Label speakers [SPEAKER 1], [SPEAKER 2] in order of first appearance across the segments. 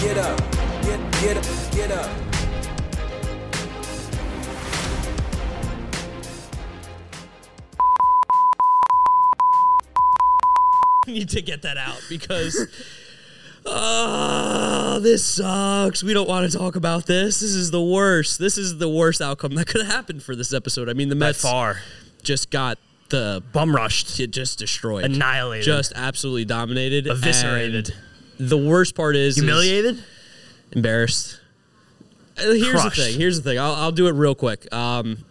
[SPEAKER 1] Get up, get, get up, get up.
[SPEAKER 2] We need to get that out because ah, this sucks. We don't want to talk about this. This is the worst. This is the worst outcome that could have happened for this episode. I mean, the
[SPEAKER 3] By
[SPEAKER 2] Mets
[SPEAKER 3] far.
[SPEAKER 2] just got the
[SPEAKER 3] Bum rushed.
[SPEAKER 2] it just destroyed,
[SPEAKER 3] Annihilated.
[SPEAKER 2] just absolutely dominated,
[SPEAKER 3] Eviscerated.
[SPEAKER 2] And the worst part is is
[SPEAKER 3] Humiliated?
[SPEAKER 2] embarrassed. Uh, Here's
[SPEAKER 3] Crushed.
[SPEAKER 2] the thing. Here's the thing. I'll, I'll do it real quick. Um,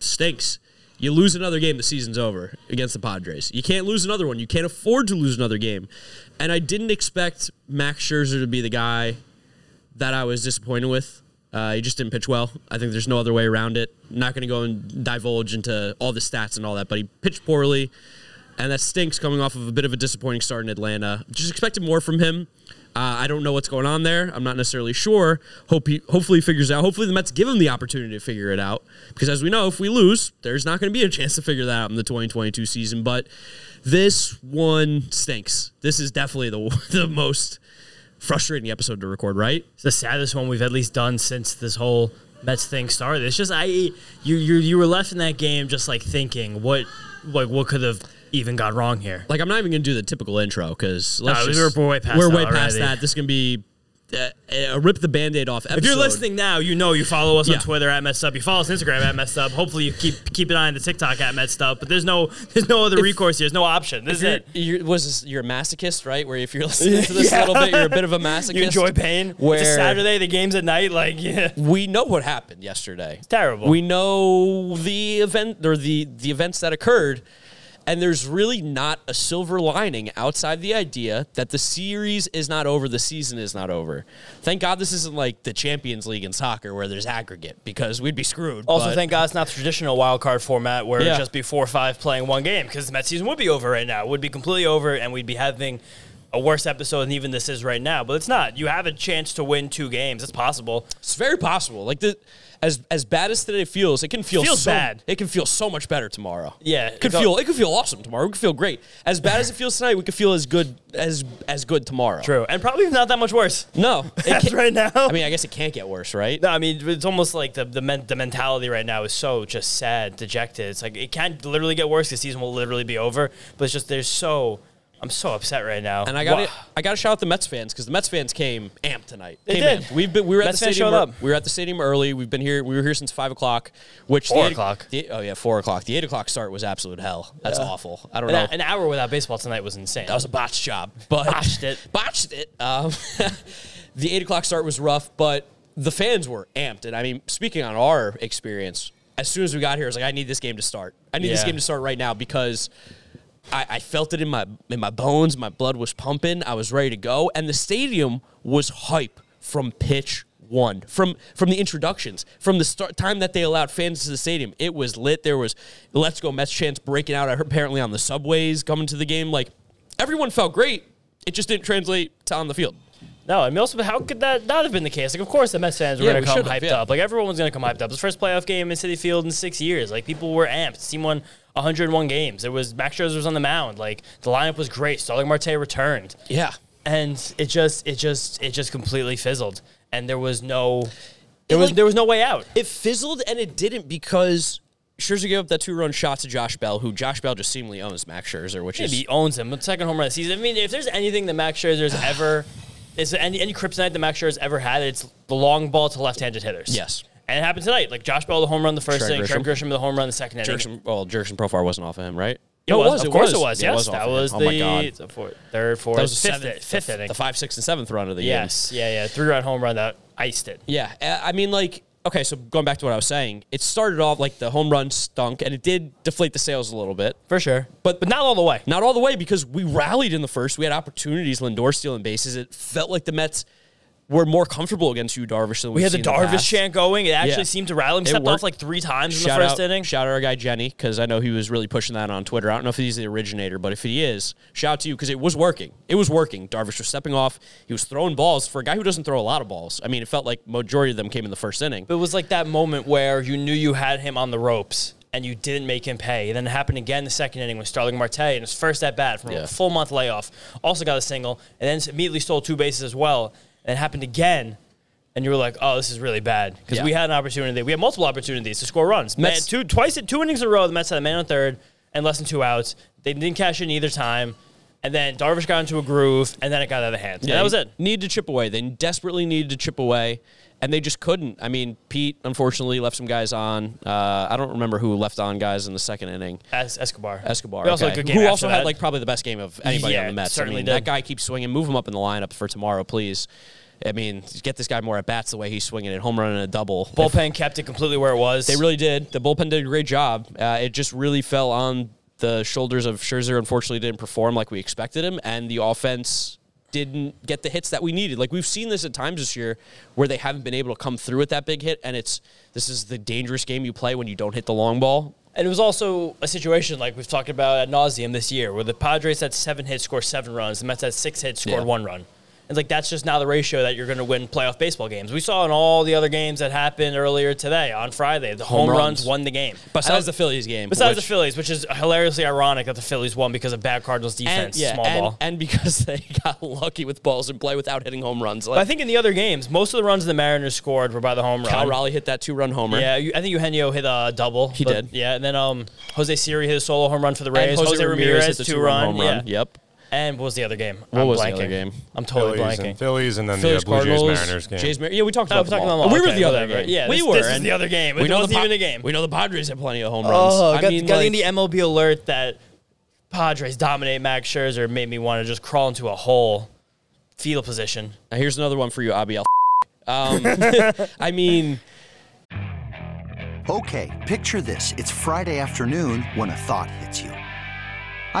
[SPEAKER 2] stinks. You lose another game, the season's over against the Padres. You can't lose another one. You can't afford to lose another game. And I didn't expect Max Scherzer to be the guy that I was disappointed with. Uh, he just didn't pitch well. I think there's no other way around it. not going to go and divulge into all the stats and all that, but he pitched poorly, and that stinks coming off of a bit of a disappointing start in Atlanta. Just expected more from him. Uh, I don't know what's going on there. I'm not necessarily sure. Hope he hopefully he figures out. Hopefully the Mets give him the opportunity to figure it out because as we know, if we lose, there's not going to be a chance to figure that out in the 2022 season. But this one stinks. This is definitely the the most frustrating episode to record. Right?
[SPEAKER 3] It's the saddest one we've at least done since this whole Mets thing started. It's just I you you you were left in that game just like thinking what like what could have even gone wrong here.
[SPEAKER 2] like I'm not even gonna do the typical intro because
[SPEAKER 3] No, we were way past
[SPEAKER 2] we're
[SPEAKER 3] that
[SPEAKER 2] way past
[SPEAKER 3] already.
[SPEAKER 2] that. This is gonna be uh, a rip the band-aid off. Episode.
[SPEAKER 3] If you're listening now, you know you follow us
[SPEAKER 2] Yeah.
[SPEAKER 3] on Twitter at MetsUp. You follow us on Instagram at MetsUp. Hopefully, you keep keep an eye on the TikTok at MetsUp. But there's no there's no other recourse here. There's no option. This is
[SPEAKER 2] You're,
[SPEAKER 3] it.
[SPEAKER 2] you're, was this, you're a masochist, right? Where if you're listening to this a little bit, you're a bit of a masochist.
[SPEAKER 3] You enjoy pain.
[SPEAKER 2] Where
[SPEAKER 3] it's a Saturday, the game's at night. Like yeah,
[SPEAKER 2] we know what happened yesterday.
[SPEAKER 3] terrible.
[SPEAKER 2] We know the event or the the events that occurred, and there's really not a silver lining outside the idea that the series is not over, the season is not over. Thank God this isn't like the Champions League in soccer where there's aggregate because we'd be screwed.
[SPEAKER 3] Also,
[SPEAKER 2] but-
[SPEAKER 3] thank God it's not the traditional wild card format where
[SPEAKER 2] Yeah.
[SPEAKER 3] it'd just be four or five playing one game because the Mets season would be over right now. It would be completely over, and we'd be having a worse episode than even this is right now. But it's not. You have a chance to win two games. It's possible.
[SPEAKER 2] It's very possible. Like the as as bad as today feels, it can feel
[SPEAKER 3] Feels
[SPEAKER 2] so,
[SPEAKER 3] bad.
[SPEAKER 2] It can feel so much better tomorrow.
[SPEAKER 3] Yeah,
[SPEAKER 2] it could
[SPEAKER 3] it's all-
[SPEAKER 2] feel it could feel awesome tomorrow. We could feel great. As bad as it feels tonight, we could feel as good as as good tomorrow.
[SPEAKER 3] True. And probably not that much worse.
[SPEAKER 2] No, it
[SPEAKER 3] As
[SPEAKER 2] can't-
[SPEAKER 3] right now.
[SPEAKER 2] I mean, I guess it can't get worse, right?
[SPEAKER 3] No, I mean it's almost like the the, men- the mentality right now is so just sad, dejected. It's like it can't literally get worse. The season will literally be over, but it's just there's so I'm so upset right now.
[SPEAKER 2] And I got to
[SPEAKER 3] Wha-
[SPEAKER 2] I got to shout out the Mets fans because the Mets fans came amped tonight.
[SPEAKER 3] They
[SPEAKER 2] came
[SPEAKER 3] did.
[SPEAKER 2] Amped. We've been we were
[SPEAKER 3] Mets
[SPEAKER 2] at the
[SPEAKER 3] fans
[SPEAKER 2] stadium.
[SPEAKER 3] showed
[SPEAKER 2] ear-
[SPEAKER 3] up.
[SPEAKER 2] We were at the stadium early. We've been here. We were here since five o'clock, which the
[SPEAKER 3] Four
[SPEAKER 2] eight-
[SPEAKER 3] o'clock.
[SPEAKER 2] the- oh yeah, four o'clock. The eight o'clock start was absolute hell. That's awful. I don't
[SPEAKER 3] An,
[SPEAKER 2] know.
[SPEAKER 3] a- an hour without baseball tonight was insane.
[SPEAKER 2] That was a botched job, but
[SPEAKER 3] Botched it.
[SPEAKER 2] botched it. Um, the eight o'clock start was rough, but the fans were amped. And I mean, speaking on our experience, as soon as we got here, I was like, I need this game to start. I need this
[SPEAKER 3] Yeah.
[SPEAKER 2] game to start right now because I, I felt it in my in my bones. My blood was pumping. I was ready to go, and the stadium was hype from pitch one, from from the introductions, from the start time that they allowed fans to the stadium. It was lit. There was "Let's Go Mets" chants breaking out. uh, Apparently on the subways coming to the game, like everyone felt great. It just didn't translate to on the field.
[SPEAKER 3] No, I mean, also, how could that not have been the case? Like, of course, the Mets fans were
[SPEAKER 2] Yeah,
[SPEAKER 3] going
[SPEAKER 2] we
[SPEAKER 3] to come
[SPEAKER 2] should've,
[SPEAKER 3] hyped
[SPEAKER 2] yeah.
[SPEAKER 3] up. Like, everyone was going to come hyped up. It was the first playoff game in City Field in six years. Like, people were amped. Team won 101 games. It was Max Scherzer was on the mound. Like, the lineup was great. Starling Marte returned,
[SPEAKER 2] Yeah,
[SPEAKER 3] and it just, it just, it just completely fizzled. And there was no, there
[SPEAKER 2] It,
[SPEAKER 3] was,
[SPEAKER 2] like-
[SPEAKER 3] there was no way out.
[SPEAKER 2] it fizzled and it didn't because. Scherzer gave up that two-run shot to Josh Bell, who Josh Bell just seemingly owns Max Scherzer, which is
[SPEAKER 3] Maybe owns him. But second home run of the season. I mean, if there's anything that Max Scherzer's ever, is there any any kryptonite that Max Scherzer's ever had, it's the long ball to left-handed hitters.
[SPEAKER 2] Yes.
[SPEAKER 3] And it happened tonight. Like Josh Bell, the home run, the first
[SPEAKER 2] Trey
[SPEAKER 3] inning. Gresham.
[SPEAKER 2] Grisham.
[SPEAKER 3] Grisham, the home run, the second inning.
[SPEAKER 2] Jerkson, well, Jerkson profile wasn't off of him, right?
[SPEAKER 3] It was, of course it was. Yes,
[SPEAKER 2] off
[SPEAKER 3] that
[SPEAKER 2] of him.
[SPEAKER 3] was
[SPEAKER 2] oh
[SPEAKER 3] the
[SPEAKER 2] my god,
[SPEAKER 3] the fourth, third, fourth,
[SPEAKER 2] that was the
[SPEAKER 3] fifth,
[SPEAKER 2] seventh,
[SPEAKER 3] fifth inning.
[SPEAKER 2] the five, sixth, and seventh run of the game.
[SPEAKER 3] yes, yeah, yeah, three run home run that iced it.
[SPEAKER 2] Yeah, uh, I mean, like, okay, so going back to what I was saying, it started off like the home run stunk, and it did deflate the sales a little bit.
[SPEAKER 3] For sure, but but not all the way.
[SPEAKER 2] Not all the way because we rallied in the first. We had opportunities, Lindor stealing bases. It felt like the Mets were more comfortable against you, Darvish. Than
[SPEAKER 3] We had the Darvish chant going. It actually
[SPEAKER 2] Yeah.
[SPEAKER 3] seemed to rattle him.
[SPEAKER 2] It
[SPEAKER 3] Stepped off
[SPEAKER 2] worked.
[SPEAKER 3] like three times in the
[SPEAKER 2] Shout
[SPEAKER 3] first
[SPEAKER 2] out,
[SPEAKER 3] inning.
[SPEAKER 2] Shout out our guy Jenny because I know he was really pushing that on Twitter. I don't know if he's the originator, but if he is, shout out to you because it was working. It was working. Darvish was stepping off. He was throwing balls for a guy who doesn't throw a lot of balls. I mean, it felt like majority of them came in the first inning.
[SPEAKER 3] It was like that moment where you knew you had him on the ropes and you didn't make him pay. And then it happened again the second inning with Starling Marte in his first at bat from
[SPEAKER 2] Yeah.
[SPEAKER 3] a full month layoff. Also got a single and then immediately stole two bases as well. and it happened again, and you were like, "Oh, this is really bad." Because
[SPEAKER 2] Yeah.
[SPEAKER 3] we had an opportunity, we had multiple opportunities to score runs. Man,
[SPEAKER 2] Mets-
[SPEAKER 3] two twice, two innings in a row. The Mets had a man on third and less than two outs. They didn't cash in either time, and then Darvish got into a groove, and then it got out of hand. Yeah, that was it.
[SPEAKER 2] Need to chip away. They desperately needed to chip away, and they just couldn't. I mean, Pete unfortunately left some guys on. Uh, I don't remember who left on guys in the second inning.
[SPEAKER 3] As Escobar.
[SPEAKER 2] Escobar,
[SPEAKER 3] We also
[SPEAKER 2] okay.
[SPEAKER 3] had a good game
[SPEAKER 2] who
[SPEAKER 3] after
[SPEAKER 2] also had
[SPEAKER 3] that.
[SPEAKER 2] like probably the best game of anybody on
[SPEAKER 3] Yeah,
[SPEAKER 2] the Mets.
[SPEAKER 3] certainly
[SPEAKER 2] I mean,
[SPEAKER 3] did.
[SPEAKER 2] that guy keeps swinging. Move him up in the lineup for tomorrow, please. I mean, get this guy more at bats the way he's swinging it, home run and a double.
[SPEAKER 3] bullpen kept it completely where it was.
[SPEAKER 2] They really did. The bullpen did a great job. Uh, it just really fell on the shoulders of Scherzer. Unfortunately, didn't perform like we expected him, and the offense didn't get the hits that we needed. Like we've seen this at times this year where they haven't been able to come through with that big hit, and it's this is the dangerous game you play when you don't hit the long ball.
[SPEAKER 3] And it was also a situation like we've talked about ad nauseum this year, where the Padres had seven hits, scored seven runs. The Mets had six hits, scored
[SPEAKER 2] Yeah.
[SPEAKER 3] one run. It's like that's just now the ratio that you're going to win playoff baseball games. We saw in all the other games that happened earlier today on Friday, the home,
[SPEAKER 2] Home
[SPEAKER 3] runs.
[SPEAKER 2] runs.
[SPEAKER 3] won the game. And-
[SPEAKER 2] Besides the Phillies game,
[SPEAKER 3] besides the
[SPEAKER 2] which-
[SPEAKER 3] Phillies, which is hilariously ironic that the Phillies won because of bad Cardinals
[SPEAKER 2] And,
[SPEAKER 3] defense,
[SPEAKER 2] yeah,
[SPEAKER 3] small
[SPEAKER 2] and,
[SPEAKER 3] ball.
[SPEAKER 2] and because they got lucky with balls and play without hitting home runs. Like
[SPEAKER 3] But I think in the other games, most of the runs the Mariners scored were by the home
[SPEAKER 2] Cal
[SPEAKER 3] run.
[SPEAKER 2] Raleigh hit that two run homer.
[SPEAKER 3] Yeah, you, I think Eugenio hit a double. He
[SPEAKER 2] did.
[SPEAKER 3] Yeah, and then um, Jose Siri hit a solo home run for the
[SPEAKER 2] And
[SPEAKER 3] Rays.
[SPEAKER 2] Jose, Ramirez, hit the two run home run.
[SPEAKER 3] yeah.
[SPEAKER 2] Yep.
[SPEAKER 3] And what was the other game?
[SPEAKER 2] What
[SPEAKER 3] I'm
[SPEAKER 2] was the
[SPEAKER 3] blanking.
[SPEAKER 2] other game?
[SPEAKER 3] I'm totally
[SPEAKER 4] Phillies
[SPEAKER 3] blanking.
[SPEAKER 4] and Phillies and then
[SPEAKER 2] Phillies,
[SPEAKER 4] the Blue
[SPEAKER 2] Cardinals,
[SPEAKER 4] Jays Mariners game.
[SPEAKER 2] Jays, Mar- yeah, we talked
[SPEAKER 3] Oh,
[SPEAKER 2] about,
[SPEAKER 3] we're
[SPEAKER 2] them
[SPEAKER 3] talking about
[SPEAKER 2] all.
[SPEAKER 3] them all.
[SPEAKER 2] We were
[SPEAKER 3] Okay,
[SPEAKER 2] the other
[SPEAKER 3] whatever.
[SPEAKER 2] game.
[SPEAKER 3] Yeah,
[SPEAKER 2] we
[SPEAKER 3] this-
[SPEAKER 2] were.
[SPEAKER 3] this is
[SPEAKER 2] and
[SPEAKER 3] the other game. It
[SPEAKER 2] We know
[SPEAKER 3] wasn't
[SPEAKER 2] the
[SPEAKER 3] even a game.
[SPEAKER 2] We know the Padres had plenty of home runs.
[SPEAKER 3] Oh,
[SPEAKER 2] I
[SPEAKER 3] got,
[SPEAKER 2] mean,
[SPEAKER 3] got
[SPEAKER 2] like,
[SPEAKER 3] in the MLB alert that Padres dominate Max Scherzer made me want to just crawl into a hole, fetal position.
[SPEAKER 2] Now, uh, here's another one for you, Abiel. Um, I mean,
[SPEAKER 5] Okay, picture this. It's Friday afternoon when a thought hits you. I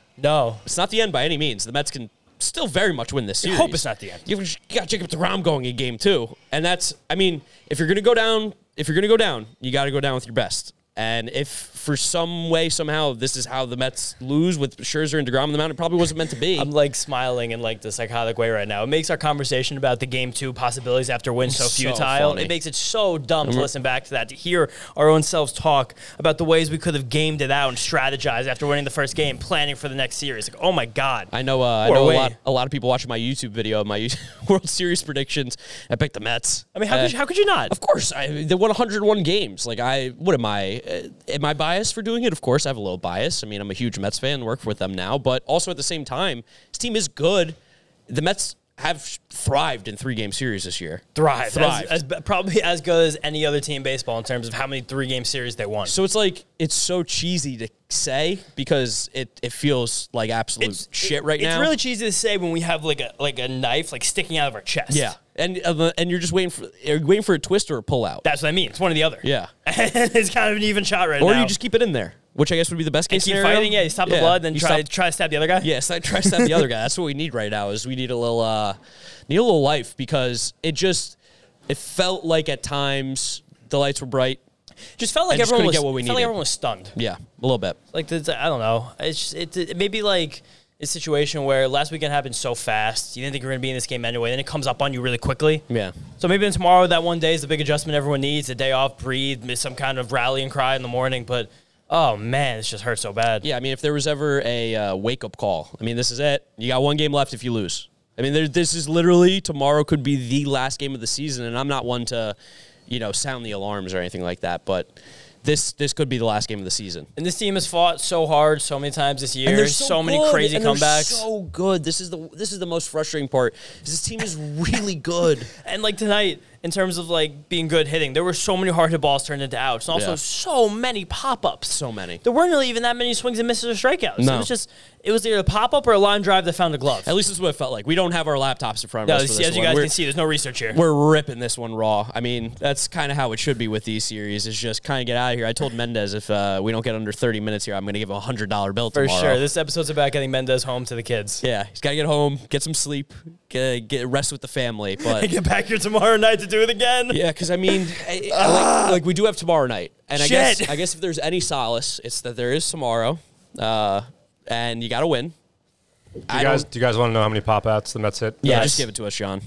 [SPEAKER 3] No.
[SPEAKER 2] It's not the end by any means. The Mets can still very much win this series.
[SPEAKER 3] hope it's not the end.
[SPEAKER 2] You got Jacob Degrom going in game two, and that's. I mean, if you're gonna go down, if you're gonna go down, you got to go down with your best. And if for some way somehow this is how the Mets lose with Scherzer and Degrom on the mound, it probably wasn't meant to be.
[SPEAKER 3] I'm like smiling in like the psychotic way right now. It makes our conversation about the game two possibilities after win so
[SPEAKER 2] So
[SPEAKER 3] futile.
[SPEAKER 2] funny.
[SPEAKER 3] It makes it so dumb to listen back to that, to hear our own selves talk about the ways we could have gamed it out and strategized after winning the first game, planning for the next series. Like, oh my god.
[SPEAKER 2] I know. Uh, I
[SPEAKER 3] Or
[SPEAKER 2] know a
[SPEAKER 3] away.
[SPEAKER 2] lot. A lot of people watching my YouTube video, of my World Series predictions. I picked the Mets.
[SPEAKER 3] I mean, how,
[SPEAKER 2] Uh,
[SPEAKER 3] could, you, how could you not?
[SPEAKER 2] Of course, I, they won 101 games. Like I, what am I? Uh, am I biased for doing it? Of course, I have a little bias. I mean, I'm a huge Mets fan, work with them now, but also at the same time, this team is good. The Mets have thrived in three game series this year.
[SPEAKER 3] Thrive.
[SPEAKER 2] Thrive.
[SPEAKER 3] As, as, probably as good as any other team in baseball in terms of how many three game series they won.
[SPEAKER 2] So it's like it's so cheesy to say because it, it feels like absolute shit right
[SPEAKER 3] it's
[SPEAKER 2] now.
[SPEAKER 3] really cheesy to say when we have like a like a knife like sticking out of our chest.
[SPEAKER 2] yeah, and uh, and you're just waiting for you're waiting for a twist or a pull out,
[SPEAKER 3] That's what I mean. It's one or the other.
[SPEAKER 2] Yeah.
[SPEAKER 3] it's kind of an even shot right
[SPEAKER 2] or
[SPEAKER 3] now.
[SPEAKER 2] you just keep it in there, which I guess would be the best
[SPEAKER 3] and
[SPEAKER 2] case
[SPEAKER 3] keep
[SPEAKER 2] scenario.
[SPEAKER 3] fighting. Yeah, you stop the
[SPEAKER 2] Yeah.
[SPEAKER 3] blood, then
[SPEAKER 2] You
[SPEAKER 3] try
[SPEAKER 2] stop-
[SPEAKER 3] try to stab the other guy.
[SPEAKER 2] Yes, I try to stab the other guy. That's what we need right now. Is we need a little, uh, need a little life because it just, it felt like at times the lights were bright.
[SPEAKER 3] just felt like
[SPEAKER 2] I just
[SPEAKER 3] everyone
[SPEAKER 2] couldn't
[SPEAKER 3] was
[SPEAKER 2] get what we
[SPEAKER 3] felt like
[SPEAKER 2] needed.
[SPEAKER 3] everyone was stunned.
[SPEAKER 2] Yeah, a little bit.
[SPEAKER 3] Like this, I don't know. It's just, it, it maybe like a situation where last weekend happened so fast. You didn't think you were going to be in this game anyway. Then it comes up on you really quickly.
[SPEAKER 2] Yeah.
[SPEAKER 3] So maybe then tomorrow that one day is the big adjustment everyone needs. A day off, breathe, miss some kind of rally and cry in the morning. But oh man, this just hurts so bad.
[SPEAKER 2] Yeah, I mean, if there was ever a uh, wake up call, I mean, this is it. You got one game left if you lose. I mean, there, this is literally tomorrow could be the last game of the season, and I'm not one to, you know, sound the alarms or anything like that, but. This, this could be the last game of the season.
[SPEAKER 3] And this team has fought so hard so many times this year.
[SPEAKER 2] And
[SPEAKER 3] so, many
[SPEAKER 2] good,
[SPEAKER 3] crazy
[SPEAKER 2] and they're
[SPEAKER 3] comebacks.
[SPEAKER 2] so good. This is the this is the most frustrating part. Is this team is really good.
[SPEAKER 3] And like tonight, in terms of like being good hitting, there were so many hard hit balls turned into outs, and also
[SPEAKER 2] Yeah.
[SPEAKER 3] so many pop ups.
[SPEAKER 2] So many.
[SPEAKER 3] There weren't really even that many swings and misses or strikeouts. It
[SPEAKER 2] No.
[SPEAKER 3] was just It was either a pop up or a line drive that found a glove.
[SPEAKER 2] At least that's what it felt like. We don't have our laptops in front
[SPEAKER 3] No,
[SPEAKER 2] of us.
[SPEAKER 3] you
[SPEAKER 2] for
[SPEAKER 3] see-
[SPEAKER 2] this
[SPEAKER 3] as you
[SPEAKER 2] one.
[SPEAKER 3] guys
[SPEAKER 2] We're-
[SPEAKER 3] can see, there's no research here.
[SPEAKER 2] we're ripping this one raw. I mean, that's kind of how it should be with these series. Is just kind of get out of here. I told Mendez if uh, we don't get under thirty minutes here, I'm going to give a hundred dollar bill
[SPEAKER 3] For
[SPEAKER 2] tomorrow.
[SPEAKER 3] sure. This episode's about getting Mendez home to the kids.
[SPEAKER 2] yeah, he's got to get home, get some sleep, get, get rest with the family. But
[SPEAKER 3] Get back here tomorrow night to do it again.
[SPEAKER 2] yeah, because I mean, I- I like, like, we do have tomorrow night, and I guess
[SPEAKER 3] Shit.
[SPEAKER 2] I guess if there's any solace, it's that there is tomorrow, uh, and you got to win.
[SPEAKER 4] Do you guys, do you guys want to know how many pop outs the Mets hit?
[SPEAKER 2] Yeah,
[SPEAKER 4] Nice.
[SPEAKER 2] just give it to us, Sean.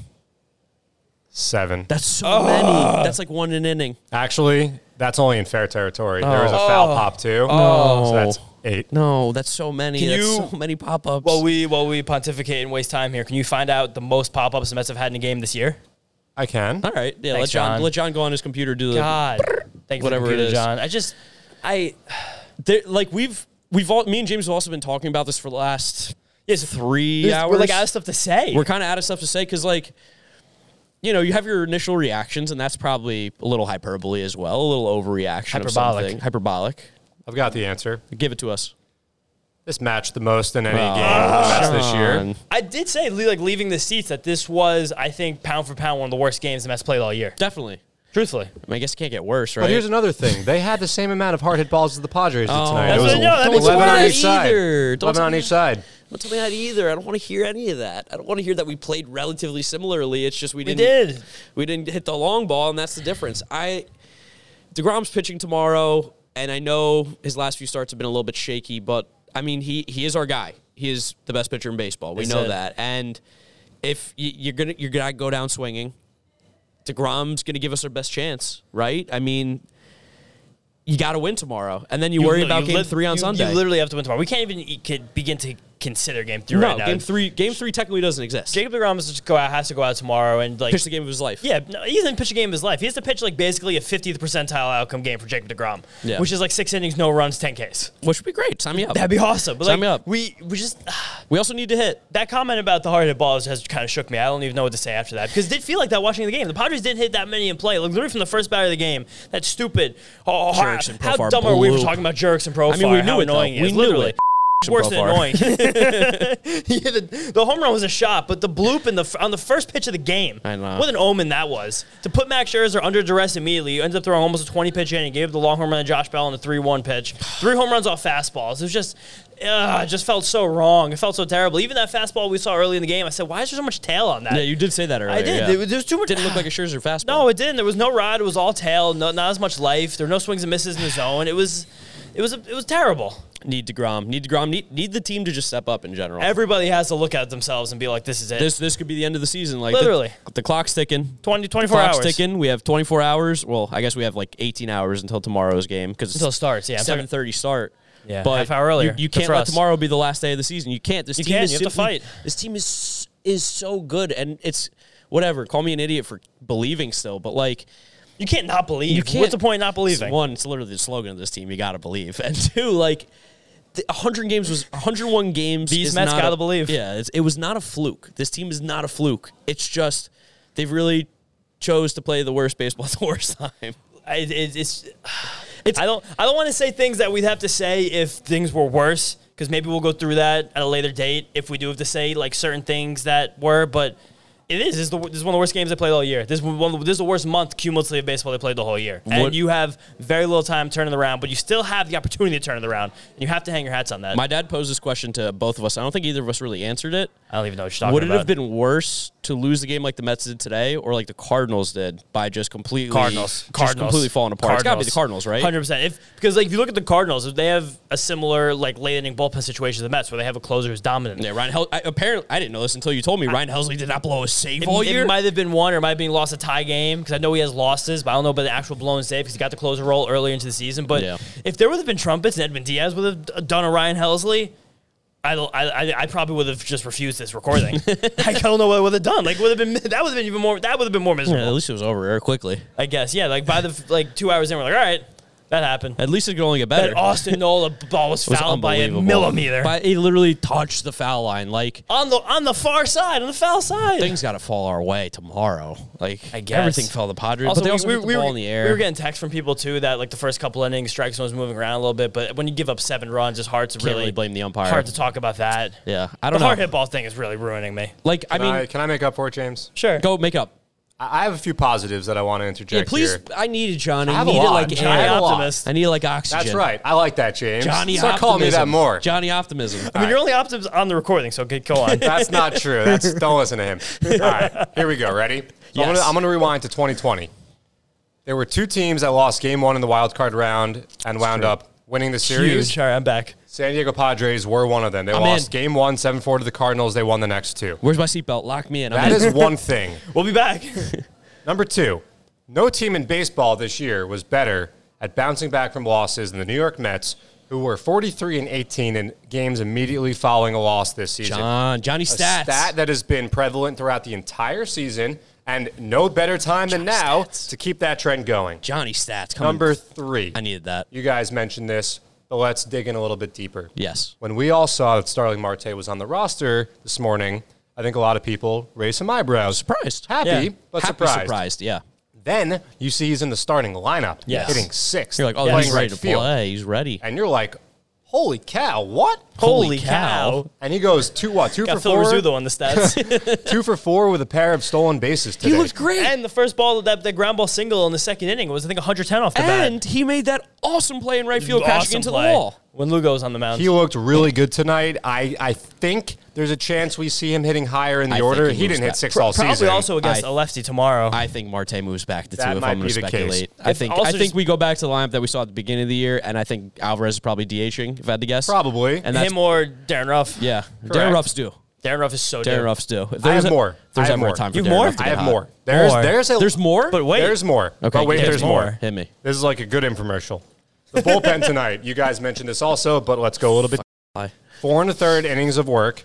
[SPEAKER 4] seven.
[SPEAKER 2] That's so many. That's like one an inning.
[SPEAKER 4] Actually, that's only in fair territory. There was a
[SPEAKER 2] Oh.
[SPEAKER 4] foul pop too. so that's eight.
[SPEAKER 2] No, that's so many.
[SPEAKER 3] Can
[SPEAKER 2] that's
[SPEAKER 3] you-
[SPEAKER 2] so many pop ups.
[SPEAKER 3] While we while we pontificate and waste time here, can you find out the most pop ups the Mets have had in a game this year?
[SPEAKER 4] I can.
[SPEAKER 2] All right. Yeah,
[SPEAKER 3] Thanks,
[SPEAKER 2] let John,
[SPEAKER 3] John.
[SPEAKER 2] let John go on his computer do the
[SPEAKER 3] God, thank you,
[SPEAKER 2] Whatever
[SPEAKER 3] for
[SPEAKER 2] it
[SPEAKER 3] the computer,
[SPEAKER 2] is.
[SPEAKER 3] John. I just
[SPEAKER 2] I there like we've we've all me and James have also been talking about this for the last
[SPEAKER 3] yes,
[SPEAKER 2] three hours.
[SPEAKER 3] We're like out of stuff to say.
[SPEAKER 2] We're kind of out of stuff to say because like you know you have your initial reactions and that's probably a little hyperbole as well, a little overreaction, of
[SPEAKER 3] Hyperbolic.
[SPEAKER 2] something. hyperbolic.
[SPEAKER 4] I've got the answer.
[SPEAKER 2] Give it to us.
[SPEAKER 4] This matched the most in any
[SPEAKER 2] Oh,
[SPEAKER 4] game of the Mets this year.
[SPEAKER 2] Sean.
[SPEAKER 3] I did say le- like leaving the seats that this was, I think, pound for pound, one of the worst games the Mets played all year.
[SPEAKER 2] Definitely.
[SPEAKER 3] Truthfully,
[SPEAKER 2] I, mean, I guess it can't get worse, right?
[SPEAKER 4] But here's another thing. They had the same amount of hard hit balls as the Padres
[SPEAKER 2] Oh.
[SPEAKER 4] did tonight.
[SPEAKER 3] That's
[SPEAKER 4] it was
[SPEAKER 3] what I know, that makes it
[SPEAKER 4] 11 on
[SPEAKER 2] worse.
[SPEAKER 4] each side.
[SPEAKER 2] Either. Don't
[SPEAKER 4] 11 on
[SPEAKER 2] tell
[SPEAKER 4] each
[SPEAKER 2] me-
[SPEAKER 4] side.
[SPEAKER 2] don't tell me that either. I don't want to hear any of that. I don't want to hear that we played relatively similarly. It's just we
[SPEAKER 3] we
[SPEAKER 2] didn't
[SPEAKER 3] did.
[SPEAKER 2] We didn't hit the long ball, and that's the difference. I Degrom's pitching tomorrow, and I know his last few starts have been a little bit shaky, but I mean he he is our guy. He is the best pitcher in baseball. We
[SPEAKER 3] They
[SPEAKER 2] know
[SPEAKER 3] said-
[SPEAKER 2] that, and if y- you're gonna you're gonna go down swinging, Degrom's gonna give us our best chance, right? I mean. You got to win tomorrow, and then you, worry
[SPEAKER 3] li-
[SPEAKER 2] about game
[SPEAKER 3] lit-
[SPEAKER 2] three on
[SPEAKER 3] you-
[SPEAKER 2] Sunday.
[SPEAKER 3] You literally have to win tomorrow. We can't even e- could begin to consider game three
[SPEAKER 2] no,
[SPEAKER 3] right now.
[SPEAKER 2] game three. Game three technically doesn't exist.
[SPEAKER 3] Jacob Degrom has to go out, has to go out tomorrow and like
[SPEAKER 2] Pitch the game of his life.
[SPEAKER 3] Yeah, no, he doesn't pitch a game of his life. He has to pitch like basically a 50th percentile outcome game for Jacob Degrom,
[SPEAKER 2] Yeah.
[SPEAKER 3] which is like six innings, no runs, 10 Ks.
[SPEAKER 2] which would be great. Sign me up.
[SPEAKER 3] That'd be awesome. But, like,
[SPEAKER 2] Sign me up.
[SPEAKER 3] We we just
[SPEAKER 2] we ah, also need to hit.
[SPEAKER 3] that comment about the hard hit balls has kind of shook me. I don't even know what to say after that because it did feel like that watching the game. The Padres didn't hit that many in play. Like literally from the first bat of the game, that stupid. Oh, how,
[SPEAKER 2] Jerks and
[SPEAKER 3] how
[SPEAKER 2] Profar
[SPEAKER 3] dumb are we for
[SPEAKER 2] blew.
[SPEAKER 3] talking about jerks and profile?
[SPEAKER 2] I mean, we
[SPEAKER 3] how
[SPEAKER 2] knew it,
[SPEAKER 3] annoying
[SPEAKER 2] though.
[SPEAKER 3] it is.
[SPEAKER 2] We knew
[SPEAKER 3] literally.
[SPEAKER 2] it.
[SPEAKER 3] It's worse than
[SPEAKER 2] Profar.
[SPEAKER 3] annoying. yeah, the, the home run was a shot, but the bloop in the f- on the first pitch of the game.
[SPEAKER 2] I know.
[SPEAKER 3] What an omen that was. To put Max Scherzer under duress immediately, you ended up throwing almost a 20 pitch inning, gave up the long home run to Josh Bell on a 3 1 pitch. Three home runs off fastballs. It was just, ugh, it just felt so wrong. It felt so terrible. Even that fastball we saw early in the game, I said, why is there so much tail on that?
[SPEAKER 2] Yeah, you did say that earlier.
[SPEAKER 3] I did.
[SPEAKER 2] yeah.
[SPEAKER 3] There was- there was too much.
[SPEAKER 2] Didn't look like a Scherzer fastball.
[SPEAKER 3] No, it didn't. There was no rod. It was all tail. No, not as much life. There were no swings and misses in the zone. It was, it was, it was terrible.
[SPEAKER 2] need Degrom, need Degrom, need need the team to just step up in general.
[SPEAKER 3] Everybody has to look at themselves and be like, this is it.
[SPEAKER 2] this this could be the end of the season. Like the-
[SPEAKER 3] Literally.
[SPEAKER 2] the, clock's ticking.
[SPEAKER 3] 20, 24
[SPEAKER 2] Clock's
[SPEAKER 3] hours.
[SPEAKER 2] ticking. We have 24 hours. Well, I guess we have like 18 hours until tomorrow's game because
[SPEAKER 3] Until it starts, yeah. I'm talking-
[SPEAKER 2] 7:30 start.
[SPEAKER 3] Yeah,
[SPEAKER 2] but
[SPEAKER 3] half hour earlier.
[SPEAKER 2] You, you
[SPEAKER 3] Good
[SPEAKER 2] can't
[SPEAKER 3] for
[SPEAKER 2] let
[SPEAKER 3] us.
[SPEAKER 2] tomorrow be the last day of the season. You can't. This
[SPEAKER 3] You
[SPEAKER 2] team
[SPEAKER 3] can.
[SPEAKER 2] is
[SPEAKER 3] You have to
[SPEAKER 2] simply-
[SPEAKER 3] fight.
[SPEAKER 2] This team is is so good, and it's whatever. Call me an idiot for believing still, but like.
[SPEAKER 3] You can't not believe.
[SPEAKER 2] You can't,
[SPEAKER 3] What's the point of not believing?
[SPEAKER 2] It's, one, it's literally the slogan of this team. You got to believe. And two, like, the 100 games was 101 games.
[SPEAKER 3] These
[SPEAKER 2] is
[SPEAKER 3] Mets
[SPEAKER 2] not a-
[SPEAKER 3] gotta believe.
[SPEAKER 2] Yeah, it's, it was not a fluke. This team is not a fluke. It's just they've really chose to play the worst baseball at the worst time.
[SPEAKER 3] I, it, it's, I don't I don't want to say things that we'd have to say if things were worse because maybe we'll go through that at a later date if we do have to say like certain things that were but it is this is, the, this is one of the worst games they played all year this is one of the- this is the worst month cumulatively of baseball they played the whole year
[SPEAKER 2] What-
[SPEAKER 3] and you have very little time turning it around but you still have the opportunity to turn it around and you have to hang your hats on that
[SPEAKER 2] My dad posed this question to both of us. I don't think either of us really answered it.
[SPEAKER 3] I don't even know what you're talking
[SPEAKER 2] Would it
[SPEAKER 3] about
[SPEAKER 2] have been worse to lose the game like the Mets did today, or like the Cardinals did by just completely
[SPEAKER 3] Cardinals
[SPEAKER 2] just
[SPEAKER 3] Cardinals
[SPEAKER 2] completely falling apart? It's got to be the Cardinals, right?
[SPEAKER 3] Hundred percent. If because like if you look at the Cardinals, they have a similar like late inning bullpen situation to the Mets, where they have a closer who's dominant.
[SPEAKER 2] Yeah, Ryan. Hel- I, apparently, I didn't know this until you told me. Ryan Helsley did not blow a save
[SPEAKER 3] It,
[SPEAKER 2] all
[SPEAKER 3] it
[SPEAKER 2] year.
[SPEAKER 3] might have been one, or it might have been lost a tie game because I know he has losses, but I don't know about the actual blown save because he got the closer role earlier into the season. But
[SPEAKER 2] Yeah.
[SPEAKER 3] if there would have been trumpets and Edwin Diaz would have d- done a Ryan Helsley, I don't, I, I, I probably would have just refused this recording. I don't know what I would have done. Like would have been that would have been even more that would have been more miserable.
[SPEAKER 2] Yeah, at least it was over very quickly.
[SPEAKER 3] I guess yeah. Like by the f- like two hours in, we're like, all right, That happened.
[SPEAKER 2] At least it could only get better.
[SPEAKER 3] That Austin Nola ball was
[SPEAKER 2] It was
[SPEAKER 3] fouled by a
[SPEAKER 2] unbelievable.
[SPEAKER 3] millimeter.
[SPEAKER 2] By- he literally touched the foul line. Like
[SPEAKER 3] on the on the far side, on the foul side.
[SPEAKER 2] things got to fall our way tomorrow. Like
[SPEAKER 3] I guess.
[SPEAKER 2] everything fell to the Padres,
[SPEAKER 3] Also,
[SPEAKER 2] but they also we, the ball
[SPEAKER 3] were,
[SPEAKER 2] in the air.
[SPEAKER 3] We were getting texts from people too that like the first couple innings, strike zone was moving around a little bit, but when you give up seven runs, it's hard to
[SPEAKER 2] Can't really blame the umpire.
[SPEAKER 3] Hard to talk about that.
[SPEAKER 2] yeah, I
[SPEAKER 3] the
[SPEAKER 2] don't know.
[SPEAKER 3] hard hit ball thing is really ruining me.
[SPEAKER 2] Like I
[SPEAKER 4] Can,
[SPEAKER 2] mean,
[SPEAKER 4] I, can I make up for it, James?
[SPEAKER 3] Sure,
[SPEAKER 2] go make up.
[SPEAKER 4] I I have a few positives that I want to
[SPEAKER 2] Yeah,
[SPEAKER 4] interject
[SPEAKER 2] please.
[SPEAKER 4] here.
[SPEAKER 2] I need it, Johnny.
[SPEAKER 4] I have a
[SPEAKER 2] need it
[SPEAKER 4] lot.
[SPEAKER 2] like
[SPEAKER 4] I
[SPEAKER 3] Johnny
[SPEAKER 4] have
[SPEAKER 2] air.
[SPEAKER 4] a lot.
[SPEAKER 3] optimist.
[SPEAKER 2] I need it like oxygen.
[SPEAKER 4] That's right. I like that, James.
[SPEAKER 2] Johnny
[SPEAKER 4] Start
[SPEAKER 2] optimism.
[SPEAKER 4] calling me that more.
[SPEAKER 2] Johnny optimism.
[SPEAKER 3] I mean, you're only optimistic on the recording, so good. Go on.
[SPEAKER 4] That's not true. That's don't listen to him. All right, here we go. Ready? I'm, gonna,
[SPEAKER 3] Yes.
[SPEAKER 4] I'm gonna rewind to 2020. There were two teams that lost Game One in the wild card round and wound up winning the series.
[SPEAKER 3] Huge. All right, I'm back.
[SPEAKER 4] San Diego Padres were one of them. They
[SPEAKER 2] I'm
[SPEAKER 4] lost
[SPEAKER 2] in.
[SPEAKER 4] Game One, 7-4 to the Cardinals. They won the next two.
[SPEAKER 2] Where's my seatbelt? Lock me in. I'm
[SPEAKER 4] That
[SPEAKER 2] in.
[SPEAKER 4] is one thing.
[SPEAKER 3] We'll be back.
[SPEAKER 4] Number two, no team in baseball this year was better at bouncing back from losses than the New York Mets, who were 43 and 18 in games immediately following a loss this season.
[SPEAKER 2] John Johnny
[SPEAKER 4] a
[SPEAKER 2] stats.
[SPEAKER 4] stat that has been prevalent throughout the entire season, and no better time than now to keep that trend going.
[SPEAKER 2] Johnny stats. Come
[SPEAKER 4] Number
[SPEAKER 2] on.
[SPEAKER 4] three.
[SPEAKER 2] I needed that.
[SPEAKER 4] You guys mentioned this, but let's dig in a little bit deeper.
[SPEAKER 2] Yes.
[SPEAKER 4] When we all saw that Starling Marte was on the roster this morning, I think a lot of people raised some eyebrows.
[SPEAKER 2] Surprised.
[SPEAKER 4] Happy,
[SPEAKER 2] Yeah.
[SPEAKER 4] but
[SPEAKER 2] Happy,
[SPEAKER 4] surprised.
[SPEAKER 2] Surprised. Yeah.
[SPEAKER 4] Then you see he's in the starting lineup,
[SPEAKER 2] Yes.
[SPEAKER 4] hitting 6th
[SPEAKER 2] You're like, oh,
[SPEAKER 4] playing
[SPEAKER 2] he's ready
[SPEAKER 4] right
[SPEAKER 2] to
[SPEAKER 4] field.
[SPEAKER 2] play. He's ready.
[SPEAKER 4] And you're like, holy cow, what?
[SPEAKER 3] Holy cow!
[SPEAKER 4] And he goes two what? Two for
[SPEAKER 3] Got Phil
[SPEAKER 4] four.
[SPEAKER 3] Rizzuto on the stats.
[SPEAKER 4] two for four with a pair of stolen bases today.
[SPEAKER 2] He looked great.
[SPEAKER 3] And the first ball that that ground ball single in the second inning was I think 110 off the
[SPEAKER 2] And
[SPEAKER 3] bat.
[SPEAKER 2] he made that awesome play in right field, crashing
[SPEAKER 3] Awesome
[SPEAKER 2] into
[SPEAKER 3] play.
[SPEAKER 2] the wall.
[SPEAKER 3] when Lugo's on the mound.
[SPEAKER 4] He looked really good tonight. I, I think there's a chance we see him hitting higher in the
[SPEAKER 2] I think
[SPEAKER 4] order.
[SPEAKER 2] he
[SPEAKER 4] He,
[SPEAKER 2] moves
[SPEAKER 4] didn't
[SPEAKER 2] back.
[SPEAKER 4] hit six all
[SPEAKER 3] probably
[SPEAKER 4] season.
[SPEAKER 3] also against
[SPEAKER 2] I-
[SPEAKER 3] a lefty tomorrow.
[SPEAKER 2] I think Marte moves back to two.
[SPEAKER 4] That
[SPEAKER 2] If
[SPEAKER 4] might
[SPEAKER 2] I'm going
[SPEAKER 4] be
[SPEAKER 2] to
[SPEAKER 4] the case.
[SPEAKER 2] speculate, I
[SPEAKER 3] If
[SPEAKER 2] think
[SPEAKER 3] also
[SPEAKER 2] I think
[SPEAKER 3] just-
[SPEAKER 2] we go back to the lineup that we saw at the beginning of the year, and I think Alvarez is probably DHing. If I had to guess,
[SPEAKER 4] Probably.
[SPEAKER 2] And that's
[SPEAKER 3] Him or Darren Ruff.
[SPEAKER 2] yeah,
[SPEAKER 4] Correct.
[SPEAKER 2] Darren Ruff's due.
[SPEAKER 3] Darren Ruff is so
[SPEAKER 2] Darren
[SPEAKER 3] dude.
[SPEAKER 2] Ruff's due. If
[SPEAKER 4] I
[SPEAKER 2] there's
[SPEAKER 4] have
[SPEAKER 2] a-
[SPEAKER 4] more.
[SPEAKER 2] if There's
[SPEAKER 4] I have
[SPEAKER 2] ever a
[SPEAKER 4] more.
[SPEAKER 2] time for
[SPEAKER 3] You
[SPEAKER 2] Darren
[SPEAKER 3] more?
[SPEAKER 2] Ruff to
[SPEAKER 4] I
[SPEAKER 2] get
[SPEAKER 4] have
[SPEAKER 2] hot.
[SPEAKER 4] more. There's
[SPEAKER 3] More.
[SPEAKER 4] there's a
[SPEAKER 2] There's more.
[SPEAKER 3] But wait,
[SPEAKER 4] There's more.
[SPEAKER 2] Okay,
[SPEAKER 4] but wait,
[SPEAKER 2] hit
[SPEAKER 4] there's
[SPEAKER 2] me.
[SPEAKER 4] more.
[SPEAKER 2] Hit me.
[SPEAKER 4] This is like a good infomercial. The bullpen tonight. You guys mentioned this also, but let's go a little bit. Four and a third innings of work,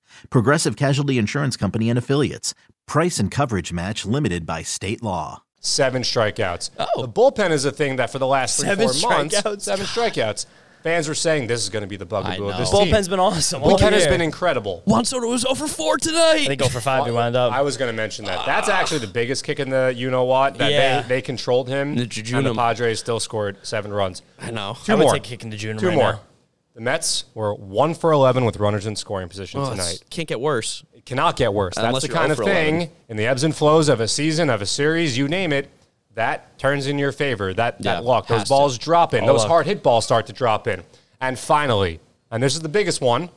[SPEAKER 6] Progressive Casualty Insurance Company and Affiliates. Price and coverage match limited by state law.
[SPEAKER 4] seven strikeouts.
[SPEAKER 2] Oh.
[SPEAKER 4] The bullpen is a thing that for the last three,
[SPEAKER 3] Seven
[SPEAKER 4] four months,
[SPEAKER 3] strikeouts.
[SPEAKER 4] seven strikeouts. Fans were saying this is going to be the bugaboo of
[SPEAKER 2] know.
[SPEAKER 4] this team.
[SPEAKER 3] Bullpen's been awesome. all
[SPEAKER 4] bullpen has
[SPEAKER 3] year.
[SPEAKER 4] been incredible.
[SPEAKER 2] Juan Soto was over four
[SPEAKER 3] I
[SPEAKER 2] tonight.
[SPEAKER 3] think 0 for 5 we wound up.
[SPEAKER 4] I was going to mention that. That's actually the biggest kick in the you know what that
[SPEAKER 3] Yeah.
[SPEAKER 4] they, they controlled him.
[SPEAKER 2] The
[SPEAKER 4] and the
[SPEAKER 2] jejunum.
[SPEAKER 4] Padres still scored seven runs.
[SPEAKER 2] I know.
[SPEAKER 4] Two
[SPEAKER 3] I would
[SPEAKER 4] more.
[SPEAKER 3] take kicking to June
[SPEAKER 4] Two
[SPEAKER 3] right
[SPEAKER 4] more.
[SPEAKER 3] now.
[SPEAKER 4] The Mets were one for eleven with runners in scoring position
[SPEAKER 2] Oh, it's-
[SPEAKER 4] tonight.
[SPEAKER 2] Can't get worse.
[SPEAKER 4] It cannot get worse. That's
[SPEAKER 2] Unless
[SPEAKER 4] the
[SPEAKER 2] you're
[SPEAKER 4] kind of
[SPEAKER 2] 0 for 11.
[SPEAKER 4] thing in the ebbs and flows of a season, of a series, you name it. That turns in your favor. That
[SPEAKER 2] Yeah,
[SPEAKER 4] that luck, those
[SPEAKER 2] has to.
[SPEAKER 4] balls drop in.
[SPEAKER 2] All
[SPEAKER 4] those
[SPEAKER 2] luck.
[SPEAKER 4] hard hit balls start to drop in. And finally, and this is the biggest one.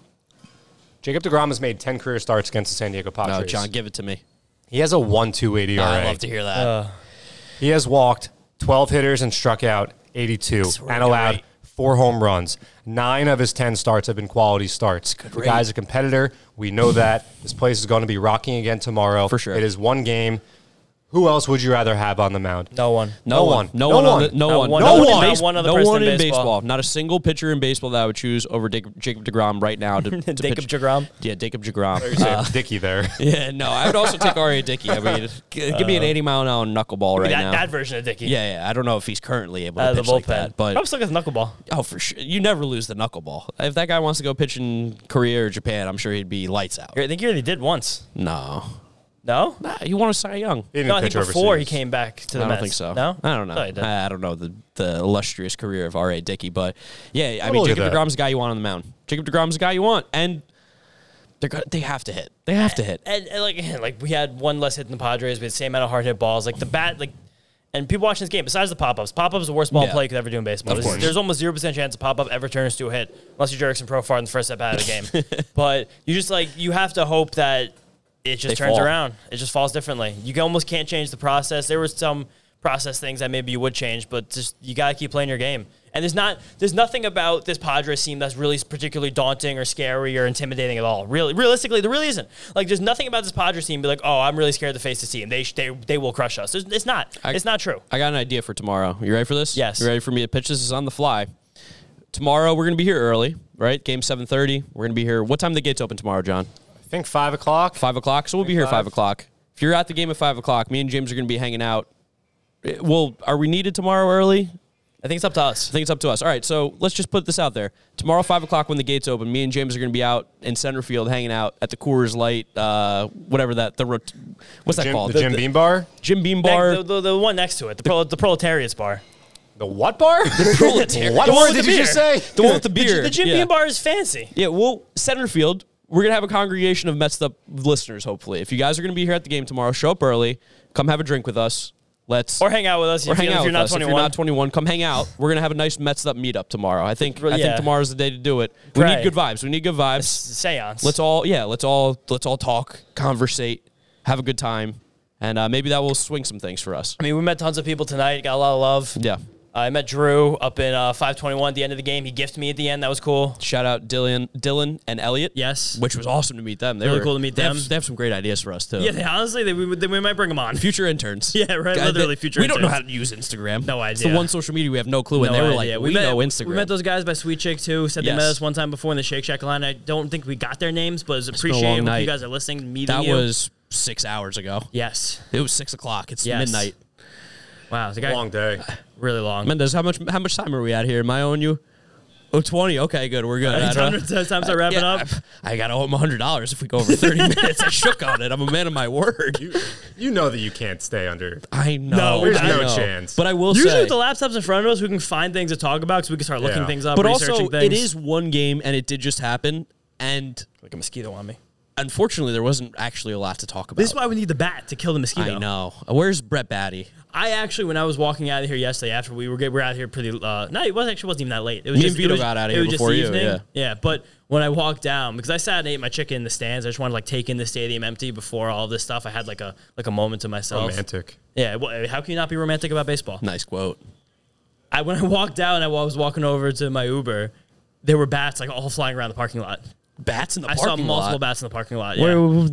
[SPEAKER 4] Jacob Degrom has made ten career starts against the San Diego Padres.
[SPEAKER 2] No, Oh, John, give it to me.
[SPEAKER 4] He has a one two eight ERA.
[SPEAKER 2] I love to hear that.
[SPEAKER 3] Uh,
[SPEAKER 4] He has walked 12 hitters and struck out 82 and allowed four home runs. Nine of his 10 starts have been quality starts. The guy's a competitor. We know that. this place is going to be rocking again tomorrow.
[SPEAKER 2] For sure.
[SPEAKER 4] It is one game. Who else would you rather have on the mound?
[SPEAKER 3] No one.
[SPEAKER 2] No, one. No, one. on the- no
[SPEAKER 3] Not
[SPEAKER 2] one.
[SPEAKER 3] one
[SPEAKER 2] No
[SPEAKER 3] other-
[SPEAKER 2] one.
[SPEAKER 3] not
[SPEAKER 2] Base-
[SPEAKER 3] one other
[SPEAKER 2] no
[SPEAKER 3] person
[SPEAKER 2] one
[SPEAKER 3] in
[SPEAKER 2] in
[SPEAKER 3] baseball.
[SPEAKER 2] baseball. Not a single pitcher in baseball that I would choose over Dick, Jacob Degrom right now. To, to
[SPEAKER 3] Jacob
[SPEAKER 2] pitch.
[SPEAKER 3] Degrom?
[SPEAKER 2] Yeah, Jacob Degrom.
[SPEAKER 4] Say
[SPEAKER 2] Uh,
[SPEAKER 4] Dickey there.
[SPEAKER 2] yeah, no, I would also take Aria Dickey. I mean, g- give me an 80 mile an hour knuckleball right
[SPEAKER 3] Uh, that,
[SPEAKER 2] now.
[SPEAKER 3] that version of Dickey.
[SPEAKER 2] yeah, yeah, I don't know if he's currently able to
[SPEAKER 3] Out of the
[SPEAKER 2] pitch
[SPEAKER 3] bullpen.
[SPEAKER 2] like that, but
[SPEAKER 3] I'm stuck with knuckleball.
[SPEAKER 2] oh, for sure, you never lose the knuckleball. If that guy wants to go pitch in Korea or Japan, I'm sure he'd be lights out.
[SPEAKER 3] I think he already did once.
[SPEAKER 2] No,
[SPEAKER 3] No?
[SPEAKER 2] nah, you want to Cy Young?
[SPEAKER 4] He didn't
[SPEAKER 3] No, I
[SPEAKER 4] pitch
[SPEAKER 3] think before he
[SPEAKER 4] overseas.
[SPEAKER 3] came back to
[SPEAKER 2] I
[SPEAKER 3] the
[SPEAKER 2] don't
[SPEAKER 3] Mets.
[SPEAKER 2] think so.
[SPEAKER 3] No?
[SPEAKER 2] I don't know.
[SPEAKER 3] Thought he did.
[SPEAKER 2] I, I don't know the, the illustrious career of R.A. Dickey, but yeah, I mean,
[SPEAKER 4] We'll look at
[SPEAKER 2] Jacob
[SPEAKER 4] that.
[SPEAKER 2] DeGrom's the guy you want on the mound. Jacob DeGrom's the guy you want, and they're go- they have to hit. They have to hit.
[SPEAKER 3] and, and like again, like we had one less hit than the Padres, but same amount of hard hit balls. Like the bat, like and people watching this game, besides the pop ups, pop ups is the worst ball
[SPEAKER 2] Yeah.
[SPEAKER 3] play you could ever do in baseball. This is-
[SPEAKER 4] course.
[SPEAKER 3] There's almost zero percent chance a pop up ever turns to a hit unless you jerk some pro far in the first at bat of the game. but you just like you have to hope that it just
[SPEAKER 2] They
[SPEAKER 3] turns
[SPEAKER 2] fall.
[SPEAKER 3] around. It just falls differently. You can- almost can't change the process. There was some process things that maybe you would change, but just you got to keep playing your game. And there's not there's nothing about this Padres team that's really particularly daunting or scary or intimidating at all. Really, realistically, there really isn't. Like there's nothing about this Padres team be like, oh, I'm really scared to face this team. They sh- they they will crush us. There's, it's not.
[SPEAKER 2] I-
[SPEAKER 3] it's not true.
[SPEAKER 2] I got an idea for tomorrow. You ready for this?
[SPEAKER 3] Yes.
[SPEAKER 2] You ready for me to pitch this? This is on the fly. Tomorrow we're gonna be here early, right? Game seven thirty. We're gonna be here. What time do the gates open tomorrow, John?
[SPEAKER 4] I think five o'clock.
[SPEAKER 2] Five o'clock. So we'll be here five o'clock. If you're at the game at five o'clock, me and James are gonna be hanging out. Eh, Well, are we needed tomorrow early?
[SPEAKER 3] I think it's up to us.
[SPEAKER 2] I think it's up to us. All right, so let's just put this out there. Tomorrow, five o'clock, when the gates open, me and James are going to be out in center field, hanging out at the Coors Light, uh, whatever that the rot- what's that
[SPEAKER 4] Jim,
[SPEAKER 2] called?
[SPEAKER 4] the Jim Beam Bar?
[SPEAKER 2] Jim Beam
[SPEAKER 3] Next-
[SPEAKER 2] Bar.
[SPEAKER 3] the, the, the one next to it, the, pro, the proletariat's bar.
[SPEAKER 4] The what bar?
[SPEAKER 2] proletariat.
[SPEAKER 4] what
[SPEAKER 2] The
[SPEAKER 4] bar
[SPEAKER 2] one with
[SPEAKER 4] did
[SPEAKER 2] the
[SPEAKER 4] you just say?
[SPEAKER 2] the one with the
[SPEAKER 3] The,
[SPEAKER 2] beer.
[SPEAKER 3] the Jim
[SPEAKER 2] yeah.
[SPEAKER 3] Beam bar is fancy.
[SPEAKER 2] Yeah, well, center field. We're gonna have a congregation of messed up listeners. Hopefully, if you guys are gonna be here at the game tomorrow, show up early. Come have a drink with us. Let's
[SPEAKER 3] Or hang out with us
[SPEAKER 2] or
[SPEAKER 3] if,
[SPEAKER 2] hang
[SPEAKER 3] you,
[SPEAKER 2] out
[SPEAKER 3] if you're
[SPEAKER 2] with
[SPEAKER 3] not
[SPEAKER 2] us.
[SPEAKER 3] 21.
[SPEAKER 2] If you're not 21, come hang out. We're gonna have a nice Mets up meetup tomorrow. I think I
[SPEAKER 3] yeah.
[SPEAKER 2] think tomorrow's the day to do it. We
[SPEAKER 3] Right.
[SPEAKER 2] need good vibes. We need good vibes.
[SPEAKER 3] Seance.
[SPEAKER 2] Let's all yeah. Let's all let's all talk, conversate, have a good time, and uh, maybe that will swing some things for us.
[SPEAKER 3] I mean, we met tons of people tonight. Got a lot of love. Uh,
[SPEAKER 2] Yeah.
[SPEAKER 3] I met Drew up in uh, 521 at the end of the game. He gifted me at the end. That was cool.
[SPEAKER 2] Shout out Dylan, Dylan and Elliot.
[SPEAKER 3] Yes.
[SPEAKER 2] which was awesome to meet them. They
[SPEAKER 3] Really
[SPEAKER 2] were
[SPEAKER 3] cool to meet
[SPEAKER 2] they have-
[SPEAKER 3] them.
[SPEAKER 2] they have some great ideas for us too.
[SPEAKER 3] Yeah, they, honestly, they, we, they, we might bring him on.
[SPEAKER 2] future interns.
[SPEAKER 3] Yeah, right,
[SPEAKER 2] Guy-
[SPEAKER 3] literally
[SPEAKER 2] they-
[SPEAKER 3] future
[SPEAKER 2] We don't know
[SPEAKER 3] interns.
[SPEAKER 2] how to use Instagram.
[SPEAKER 3] No
[SPEAKER 2] It's
[SPEAKER 3] idea.
[SPEAKER 2] the one social media we have no clue, and
[SPEAKER 3] No
[SPEAKER 2] they were
[SPEAKER 3] idea.
[SPEAKER 2] like, "We,
[SPEAKER 3] met,
[SPEAKER 2] know Instagram."
[SPEAKER 3] We met those guys by Sweet Shake too. Said they
[SPEAKER 2] Yes.
[SPEAKER 3] met us one time before in the Shake Shack line. I don't think we got their names, but it's
[SPEAKER 2] been a long
[SPEAKER 3] appreciated. Hope
[SPEAKER 2] night.
[SPEAKER 3] you guys are listening. Meeting
[SPEAKER 2] that
[SPEAKER 3] you.
[SPEAKER 2] was six hours ago.
[SPEAKER 3] yes.
[SPEAKER 2] It was six o'clock. It's
[SPEAKER 3] Yes.
[SPEAKER 2] midnight.
[SPEAKER 3] Wow, the guy
[SPEAKER 4] Long day.
[SPEAKER 3] really long.
[SPEAKER 2] Mendez, how much how much time are we at here? Am I on you? Oh, 20. Okay, good. We're good. I
[SPEAKER 3] It's
[SPEAKER 2] don't-
[SPEAKER 3] hundreds of times I wrap it
[SPEAKER 2] Yeah,
[SPEAKER 3] up.
[SPEAKER 2] I, I gotta owe him hundred dollars if we go over thirty minutes. I shook on it. I'm a man of my word.
[SPEAKER 4] You know that you can't stay under.
[SPEAKER 2] I know.
[SPEAKER 3] No,
[SPEAKER 4] there's
[SPEAKER 2] I
[SPEAKER 4] no
[SPEAKER 2] know.
[SPEAKER 4] chance.
[SPEAKER 2] But I will
[SPEAKER 3] Usually
[SPEAKER 2] say,
[SPEAKER 3] with the laptops in front of us, we can find things to talk about because we can start looking
[SPEAKER 4] Yeah.
[SPEAKER 3] things up,
[SPEAKER 2] but
[SPEAKER 3] researching
[SPEAKER 2] also
[SPEAKER 3] things.
[SPEAKER 2] it is one game, and it did just happen. And
[SPEAKER 3] like a mosquito on me.
[SPEAKER 2] unfortunately, there wasn't actually a lot to talk about.
[SPEAKER 3] This is why we need the bat to kill the mosquito.
[SPEAKER 2] I know. Where's Brett Batty?
[SPEAKER 3] I actually, when I was walking out of here yesterday, after we were we were out of here pretty. Uh, no, it wasn't actually wasn't even that late. It was
[SPEAKER 2] Me and
[SPEAKER 3] just, it
[SPEAKER 2] Vito
[SPEAKER 3] was-
[SPEAKER 2] got out of
[SPEAKER 3] it
[SPEAKER 2] here
[SPEAKER 3] was just
[SPEAKER 2] before
[SPEAKER 3] the
[SPEAKER 2] you,
[SPEAKER 3] Evening.
[SPEAKER 2] yeah.
[SPEAKER 3] But when I walked down, because I sat and ate my chicken in the stands, I just wanted to like take in the stadium empty before all this stuff. I had like a like a moment to myself.
[SPEAKER 4] Romantic.
[SPEAKER 3] Yeah. Well, how can you not be romantic about baseball?
[SPEAKER 2] Nice quote.
[SPEAKER 3] I when I walked down, I was walking over to my Uber. There were bats like all flying around the parking lot.
[SPEAKER 2] Bats in the
[SPEAKER 3] I saw
[SPEAKER 2] parking
[SPEAKER 3] multiple
[SPEAKER 2] lot.
[SPEAKER 3] bats in the parking lot. Yeah.
[SPEAKER 2] Where-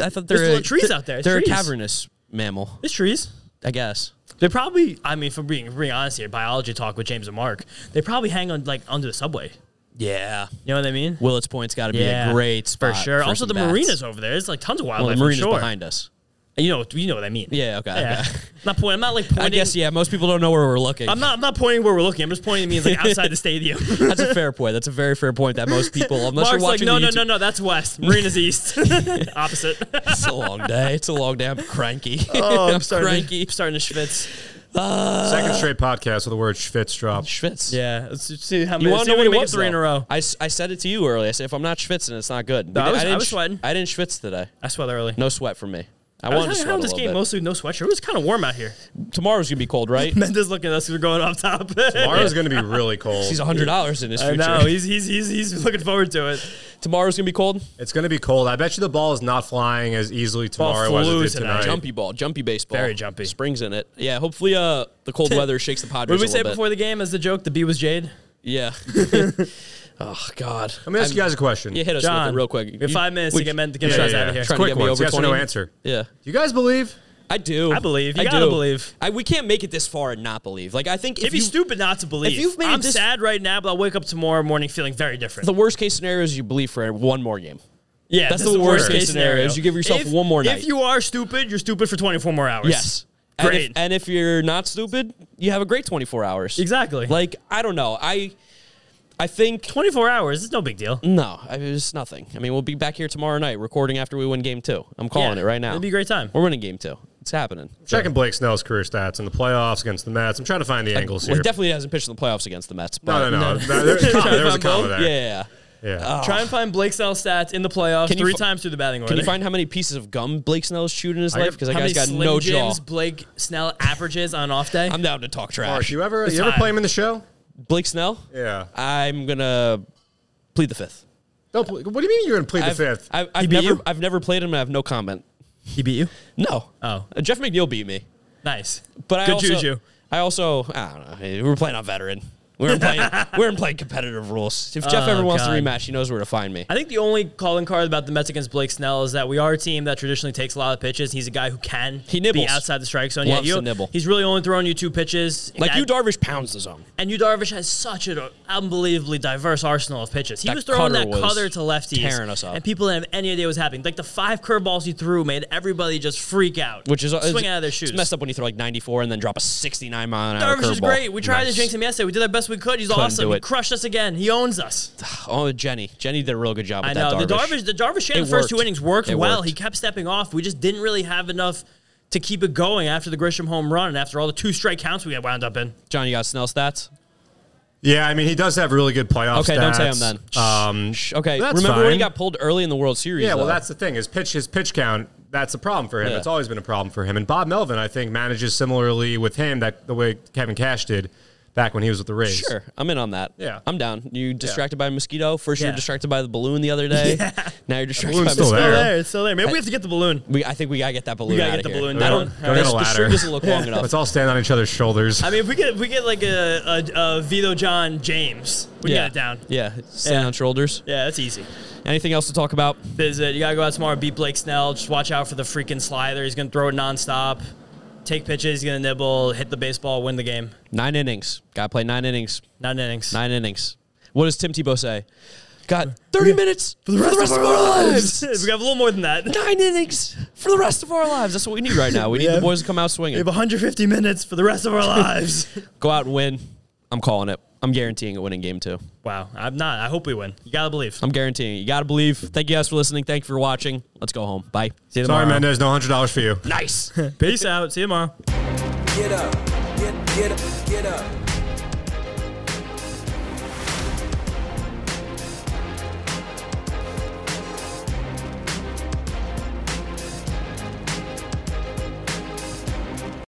[SPEAKER 2] I thought they're
[SPEAKER 3] There's little
[SPEAKER 2] a-
[SPEAKER 3] trees
[SPEAKER 2] th-
[SPEAKER 3] out there. It's
[SPEAKER 2] They're
[SPEAKER 3] trees.
[SPEAKER 2] a cavernous mammal,
[SPEAKER 3] There's trees.
[SPEAKER 2] I guess.
[SPEAKER 3] They probably, I mean, if I'm being, if I'm being honest here, biology talk with James and Mark, they probably hang on like under the subway.
[SPEAKER 2] Yeah.
[SPEAKER 3] You know what I mean?
[SPEAKER 2] Willits Point's got to be a great spot
[SPEAKER 3] for sure. also,
[SPEAKER 2] some
[SPEAKER 3] the
[SPEAKER 2] bats.
[SPEAKER 3] marinas over there. There's like tons of
[SPEAKER 2] Well,
[SPEAKER 3] wildlife.
[SPEAKER 2] the
[SPEAKER 3] for
[SPEAKER 2] marina's
[SPEAKER 3] sure.
[SPEAKER 2] behind us.
[SPEAKER 3] You know, you know what I mean?
[SPEAKER 2] Yeah. Okay.
[SPEAKER 3] Yeah.
[SPEAKER 2] okay.
[SPEAKER 3] not point. I'm not like pointing.
[SPEAKER 2] I guess yeah. Most people don't know where we're looking.
[SPEAKER 3] I'm not. I'm not pointing where we're looking. I'm just pointing. It means like outside the stadium.
[SPEAKER 2] That's a fair point. That's a very fair point. That most people, unless
[SPEAKER 3] Mark's
[SPEAKER 2] you're
[SPEAKER 3] like,
[SPEAKER 2] watching,
[SPEAKER 3] no,
[SPEAKER 2] the
[SPEAKER 3] no,
[SPEAKER 2] YouTube-
[SPEAKER 3] no, no. That's west. Marina's east. Opposite.
[SPEAKER 2] It's a long day. It's a long day. I'm cranky. I'm cranky.
[SPEAKER 3] To, Oh, starting to schwitz.
[SPEAKER 4] Second straight podcast with the word Schwitz drop.
[SPEAKER 2] Uh, Schwitz.
[SPEAKER 3] Yeah. Let's see how many.
[SPEAKER 2] You want to know
[SPEAKER 3] we
[SPEAKER 2] what
[SPEAKER 3] can
[SPEAKER 2] it
[SPEAKER 3] make
[SPEAKER 2] was?
[SPEAKER 3] three in a
[SPEAKER 2] though?
[SPEAKER 3] row.
[SPEAKER 2] I, s- I said it to you earlier. I said if I'm not schwitzing, it's not good.
[SPEAKER 3] No, I
[SPEAKER 2] We did-
[SPEAKER 3] was- I
[SPEAKER 2] didn't
[SPEAKER 3] was
[SPEAKER 2] sch-
[SPEAKER 3] sweating.
[SPEAKER 2] I didn't schwitz today.
[SPEAKER 3] I sweat early.
[SPEAKER 2] No sweat from me. I,
[SPEAKER 3] I was
[SPEAKER 2] wanted
[SPEAKER 3] hanging
[SPEAKER 2] to sweat
[SPEAKER 3] around
[SPEAKER 2] a
[SPEAKER 3] this
[SPEAKER 2] little
[SPEAKER 3] game
[SPEAKER 2] bit.
[SPEAKER 3] mostly with no sweatshirt. It was kind of warm out here.
[SPEAKER 2] Tomorrow's gonna be cold, right?
[SPEAKER 3] Mendes looking at us. We're going off top.
[SPEAKER 4] Tomorrow's going to be really cold.
[SPEAKER 2] He's hundred dollars in his
[SPEAKER 3] I
[SPEAKER 2] future.
[SPEAKER 3] know. He's, he's, he's, he's looking forward to it.
[SPEAKER 2] Tomorrow's gonna be cold.
[SPEAKER 4] It's going to be cold. I bet you the ball is not flying as easily tomorrow as it
[SPEAKER 3] flew
[SPEAKER 4] did
[SPEAKER 3] tonight.
[SPEAKER 4] tonight.
[SPEAKER 2] Jumpy ball, jumpy baseball.
[SPEAKER 3] Very jumpy.
[SPEAKER 2] Springs in it. Yeah. Hopefully, uh, the cold weather shakes the
[SPEAKER 3] What
[SPEAKER 2] Padres
[SPEAKER 3] did we
[SPEAKER 2] a
[SPEAKER 3] say
[SPEAKER 2] little
[SPEAKER 3] before the game as the joke? The B was Jade?
[SPEAKER 2] bit. Yeah. oh God.
[SPEAKER 4] Let me ask you guys a question.
[SPEAKER 2] You hit us
[SPEAKER 3] John,
[SPEAKER 2] with it real quick.
[SPEAKER 3] we have
[SPEAKER 2] You-
[SPEAKER 3] five minutes
[SPEAKER 2] we-
[SPEAKER 3] to get, men, to get
[SPEAKER 4] Yeah,
[SPEAKER 3] shots
[SPEAKER 4] yeah,
[SPEAKER 3] out of
[SPEAKER 4] yeah.
[SPEAKER 3] here.
[SPEAKER 4] It's
[SPEAKER 2] Trying to
[SPEAKER 4] quick
[SPEAKER 2] get me
[SPEAKER 4] ones.
[SPEAKER 2] over
[SPEAKER 4] Yes or no
[SPEAKER 2] 20?
[SPEAKER 4] answer.
[SPEAKER 2] Yeah.
[SPEAKER 4] Do you guys believe?
[SPEAKER 2] I do.
[SPEAKER 3] I believe. You
[SPEAKER 2] I
[SPEAKER 3] gotta
[SPEAKER 2] do.
[SPEAKER 3] believe.
[SPEAKER 2] I, we can't make it this far and not believe. Like I think if,
[SPEAKER 3] It'd be
[SPEAKER 2] you
[SPEAKER 3] stupid not to believe.
[SPEAKER 2] if you've made
[SPEAKER 3] I'm
[SPEAKER 2] it this-
[SPEAKER 3] sad right now, but I'll wake up tomorrow morning feeling very different.
[SPEAKER 2] the worst case scenario is you believe for one more game.
[SPEAKER 3] yeah,
[SPEAKER 2] that's
[SPEAKER 3] this
[SPEAKER 2] the
[SPEAKER 3] is
[SPEAKER 2] worst case scenario, is you give yourself
[SPEAKER 3] If-
[SPEAKER 2] one more night.
[SPEAKER 3] If you are stupid, you're stupid for 24 more hours.
[SPEAKER 2] Yes. And
[SPEAKER 3] Great.
[SPEAKER 2] if, and if you're not stupid, you have a great 24 hours.
[SPEAKER 3] Exactly.
[SPEAKER 2] Like I don't know. I I think
[SPEAKER 3] 24 hours is no big deal.
[SPEAKER 2] no, I mean, it's nothing. I mean, we'll be back here tomorrow night recording after we win game 2. I'm calling
[SPEAKER 3] Yeah.
[SPEAKER 2] it right now.
[SPEAKER 3] It'd be a great time.
[SPEAKER 2] We're winning game 2. It's happening.
[SPEAKER 4] Checking Blake Snell's career stats in the playoffs against the Mets. I'm trying to find the angles
[SPEAKER 2] Well, he
[SPEAKER 4] here.
[SPEAKER 2] definitely hasn't pitched in the playoffs against the Mets.
[SPEAKER 4] no,
[SPEAKER 2] But
[SPEAKER 4] no, no. There, there- comma, there was a
[SPEAKER 2] Yeah,
[SPEAKER 4] comma there.
[SPEAKER 2] yeah, yeah.
[SPEAKER 4] Yeah.
[SPEAKER 3] Try and find Blake Snell stats in the playoffs
[SPEAKER 2] Can you
[SPEAKER 3] three
[SPEAKER 2] fi-
[SPEAKER 3] times through the batting order.
[SPEAKER 2] Can you find how many pieces of gum Blake Snell's chewed in his life? Because that
[SPEAKER 3] how
[SPEAKER 2] guy's
[SPEAKER 3] many
[SPEAKER 2] got
[SPEAKER 3] Slim
[SPEAKER 2] no
[SPEAKER 3] Jims
[SPEAKER 2] jaw.
[SPEAKER 3] Blake Snell averages on off day?
[SPEAKER 2] I'm down to talk
[SPEAKER 4] Mark,
[SPEAKER 2] trash.
[SPEAKER 4] you ever
[SPEAKER 3] It's
[SPEAKER 4] you ever
[SPEAKER 3] time.
[SPEAKER 4] play him in the show?
[SPEAKER 2] Blake Snell?
[SPEAKER 4] Yeah.
[SPEAKER 2] I'm gonna plead the fifth.
[SPEAKER 4] Don't pl- what do you mean you're going to plead the
[SPEAKER 2] I've,
[SPEAKER 4] fifth?
[SPEAKER 2] I've, I've
[SPEAKER 3] beat
[SPEAKER 2] never
[SPEAKER 3] you?
[SPEAKER 2] I've never played him. and I have no comment.
[SPEAKER 3] he beat you.
[SPEAKER 2] No.
[SPEAKER 3] Oh.
[SPEAKER 2] Uh, Jeff McNeil beat me.
[SPEAKER 3] Nice.
[SPEAKER 2] But
[SPEAKER 7] Good
[SPEAKER 2] I also,
[SPEAKER 7] juju.
[SPEAKER 2] I also, I don't know. We were playing on veteran. We were playing. we were playing competitive rules. If Jeff
[SPEAKER 3] Oh,
[SPEAKER 2] ever wants to
[SPEAKER 3] God.
[SPEAKER 2] rematch, he knows where to find me.
[SPEAKER 3] I think the only calling card about the Mets against Blake Snell is that we are a team that traditionally takes a lot of pitches. He's a guy who can
[SPEAKER 2] He nibbles.
[SPEAKER 3] be outside the strike zone.
[SPEAKER 2] Loves
[SPEAKER 3] yeah, you,
[SPEAKER 2] to nibble.
[SPEAKER 3] He's really only throwing you two pitches.
[SPEAKER 2] Like
[SPEAKER 3] That-
[SPEAKER 2] you, Darvish pounds the zone.
[SPEAKER 3] And Yu Darvish has such an unbelievably diverse arsenal of pitches. He
[SPEAKER 2] That
[SPEAKER 3] was throwing
[SPEAKER 2] cutter
[SPEAKER 3] that
[SPEAKER 2] was
[SPEAKER 3] cutter to lefties,
[SPEAKER 2] tearing us up.
[SPEAKER 3] and people didn't have any idea what was happening. Like the five curveballs he threw made everybody just freak out,
[SPEAKER 2] Which is
[SPEAKER 3] swing out of their shoes.
[SPEAKER 2] It's messed up when you throw like 94 and then drop a 69 mile an hour.
[SPEAKER 3] Darvish is
[SPEAKER 2] curveball.
[SPEAKER 3] great. We tried
[SPEAKER 2] Nice.
[SPEAKER 3] to jinx him yesterday. We did our best we could. He's
[SPEAKER 2] Couldn't
[SPEAKER 3] awesome.
[SPEAKER 2] do
[SPEAKER 3] He
[SPEAKER 2] it.
[SPEAKER 3] crushed us again. He owns us.
[SPEAKER 2] Oh, Jenny. Jenny did a real good job. With
[SPEAKER 3] I know
[SPEAKER 2] That
[SPEAKER 3] the
[SPEAKER 2] Darvish.
[SPEAKER 3] Darvish. The Darvish shade
[SPEAKER 2] It
[SPEAKER 3] in the first two
[SPEAKER 2] worked.
[SPEAKER 3] innings worked
[SPEAKER 2] It
[SPEAKER 3] well.
[SPEAKER 2] worked.
[SPEAKER 3] He kept stepping off. We just didn't really have enough to keep it going after the Grisham home run and after all the two strike counts we had wound up in.
[SPEAKER 2] John, you got Snell stats?
[SPEAKER 4] Yeah, I mean, he does have really good playoff
[SPEAKER 2] Okay,
[SPEAKER 4] stats.
[SPEAKER 2] don't say him then.
[SPEAKER 4] Um,
[SPEAKER 2] Shh, Okay,
[SPEAKER 4] that's
[SPEAKER 2] remember when he
[SPEAKER 4] fine.
[SPEAKER 2] got pulled early in the World Series?
[SPEAKER 4] Yeah, well,
[SPEAKER 2] though?
[SPEAKER 4] that's the thing. His pitch, his pitch count, that's a problem for him.
[SPEAKER 2] Yeah.
[SPEAKER 4] It's always been a problem for him. And Bob Melvin, I think, manages similarly with him that the way Kevin Cash did back when he was with the Rays.
[SPEAKER 2] Sure, I'm in on that.
[SPEAKER 4] Yeah.
[SPEAKER 2] I'm down. You distracted by a mosquito. First, you were
[SPEAKER 3] Yeah.
[SPEAKER 2] distracted by the balloon the other day. Now you're distracted by
[SPEAKER 4] balloon's still
[SPEAKER 2] mosquito.
[SPEAKER 4] there.
[SPEAKER 3] it's still there. Maybe we have to get the balloon.
[SPEAKER 2] We, I think we gotta get that balloon.
[SPEAKER 3] gotta
[SPEAKER 2] outta
[SPEAKER 3] get the
[SPEAKER 2] here.
[SPEAKER 3] balloon
[SPEAKER 2] I
[SPEAKER 3] down.
[SPEAKER 2] don't.
[SPEAKER 3] Go
[SPEAKER 4] get
[SPEAKER 2] that's-
[SPEAKER 4] a
[SPEAKER 2] the
[SPEAKER 4] ladder.
[SPEAKER 2] string doesn't look long enough.
[SPEAKER 4] Let's all stand on each other's shoulders.
[SPEAKER 3] I mean, if we get if we get like a, a, a Vito John James, we
[SPEAKER 2] yeah.
[SPEAKER 3] get it down.
[SPEAKER 2] Yeah, stand
[SPEAKER 3] Yeah.
[SPEAKER 2] on shoulders.
[SPEAKER 3] Yeah, that's easy.
[SPEAKER 2] Anything else to talk about?
[SPEAKER 3] There's a, you gotta go out tomorrow, beat Blake Snell. Just watch out for the freaking slider. He's gonna throw it nonstop. Take pitches. He's gonna nibble. Hit the baseball. Win the game.
[SPEAKER 2] Nine innings. Gotta play nine innings.
[SPEAKER 3] Nine innings.
[SPEAKER 2] Nine innings. What does Tim Tebow say? Got 30 minutes for the rest, of, our, lives.
[SPEAKER 3] we have a little more than that. We
[SPEAKER 2] Nine innings for the rest of our lives. That's what we need right now. We need the
[SPEAKER 3] have-
[SPEAKER 2] boys to come out swinging.
[SPEAKER 3] have 150 minutes for the rest of our lives.
[SPEAKER 2] Go out and win. I'm calling it. I'm guaranteeing a winning game too.
[SPEAKER 3] wow, I'm not. I hope we win. You gotta believe.
[SPEAKER 2] I'm guaranteeing it. You gotta believe. Thank you guys for listening. Thank you for watching. Let's go home. Bye. See you
[SPEAKER 4] Sorry, Mendez, no hundred dollars for you.
[SPEAKER 2] Nice.
[SPEAKER 3] Peace out. See you tomorrow.
[SPEAKER 1] Get up. Get, get up. Get up.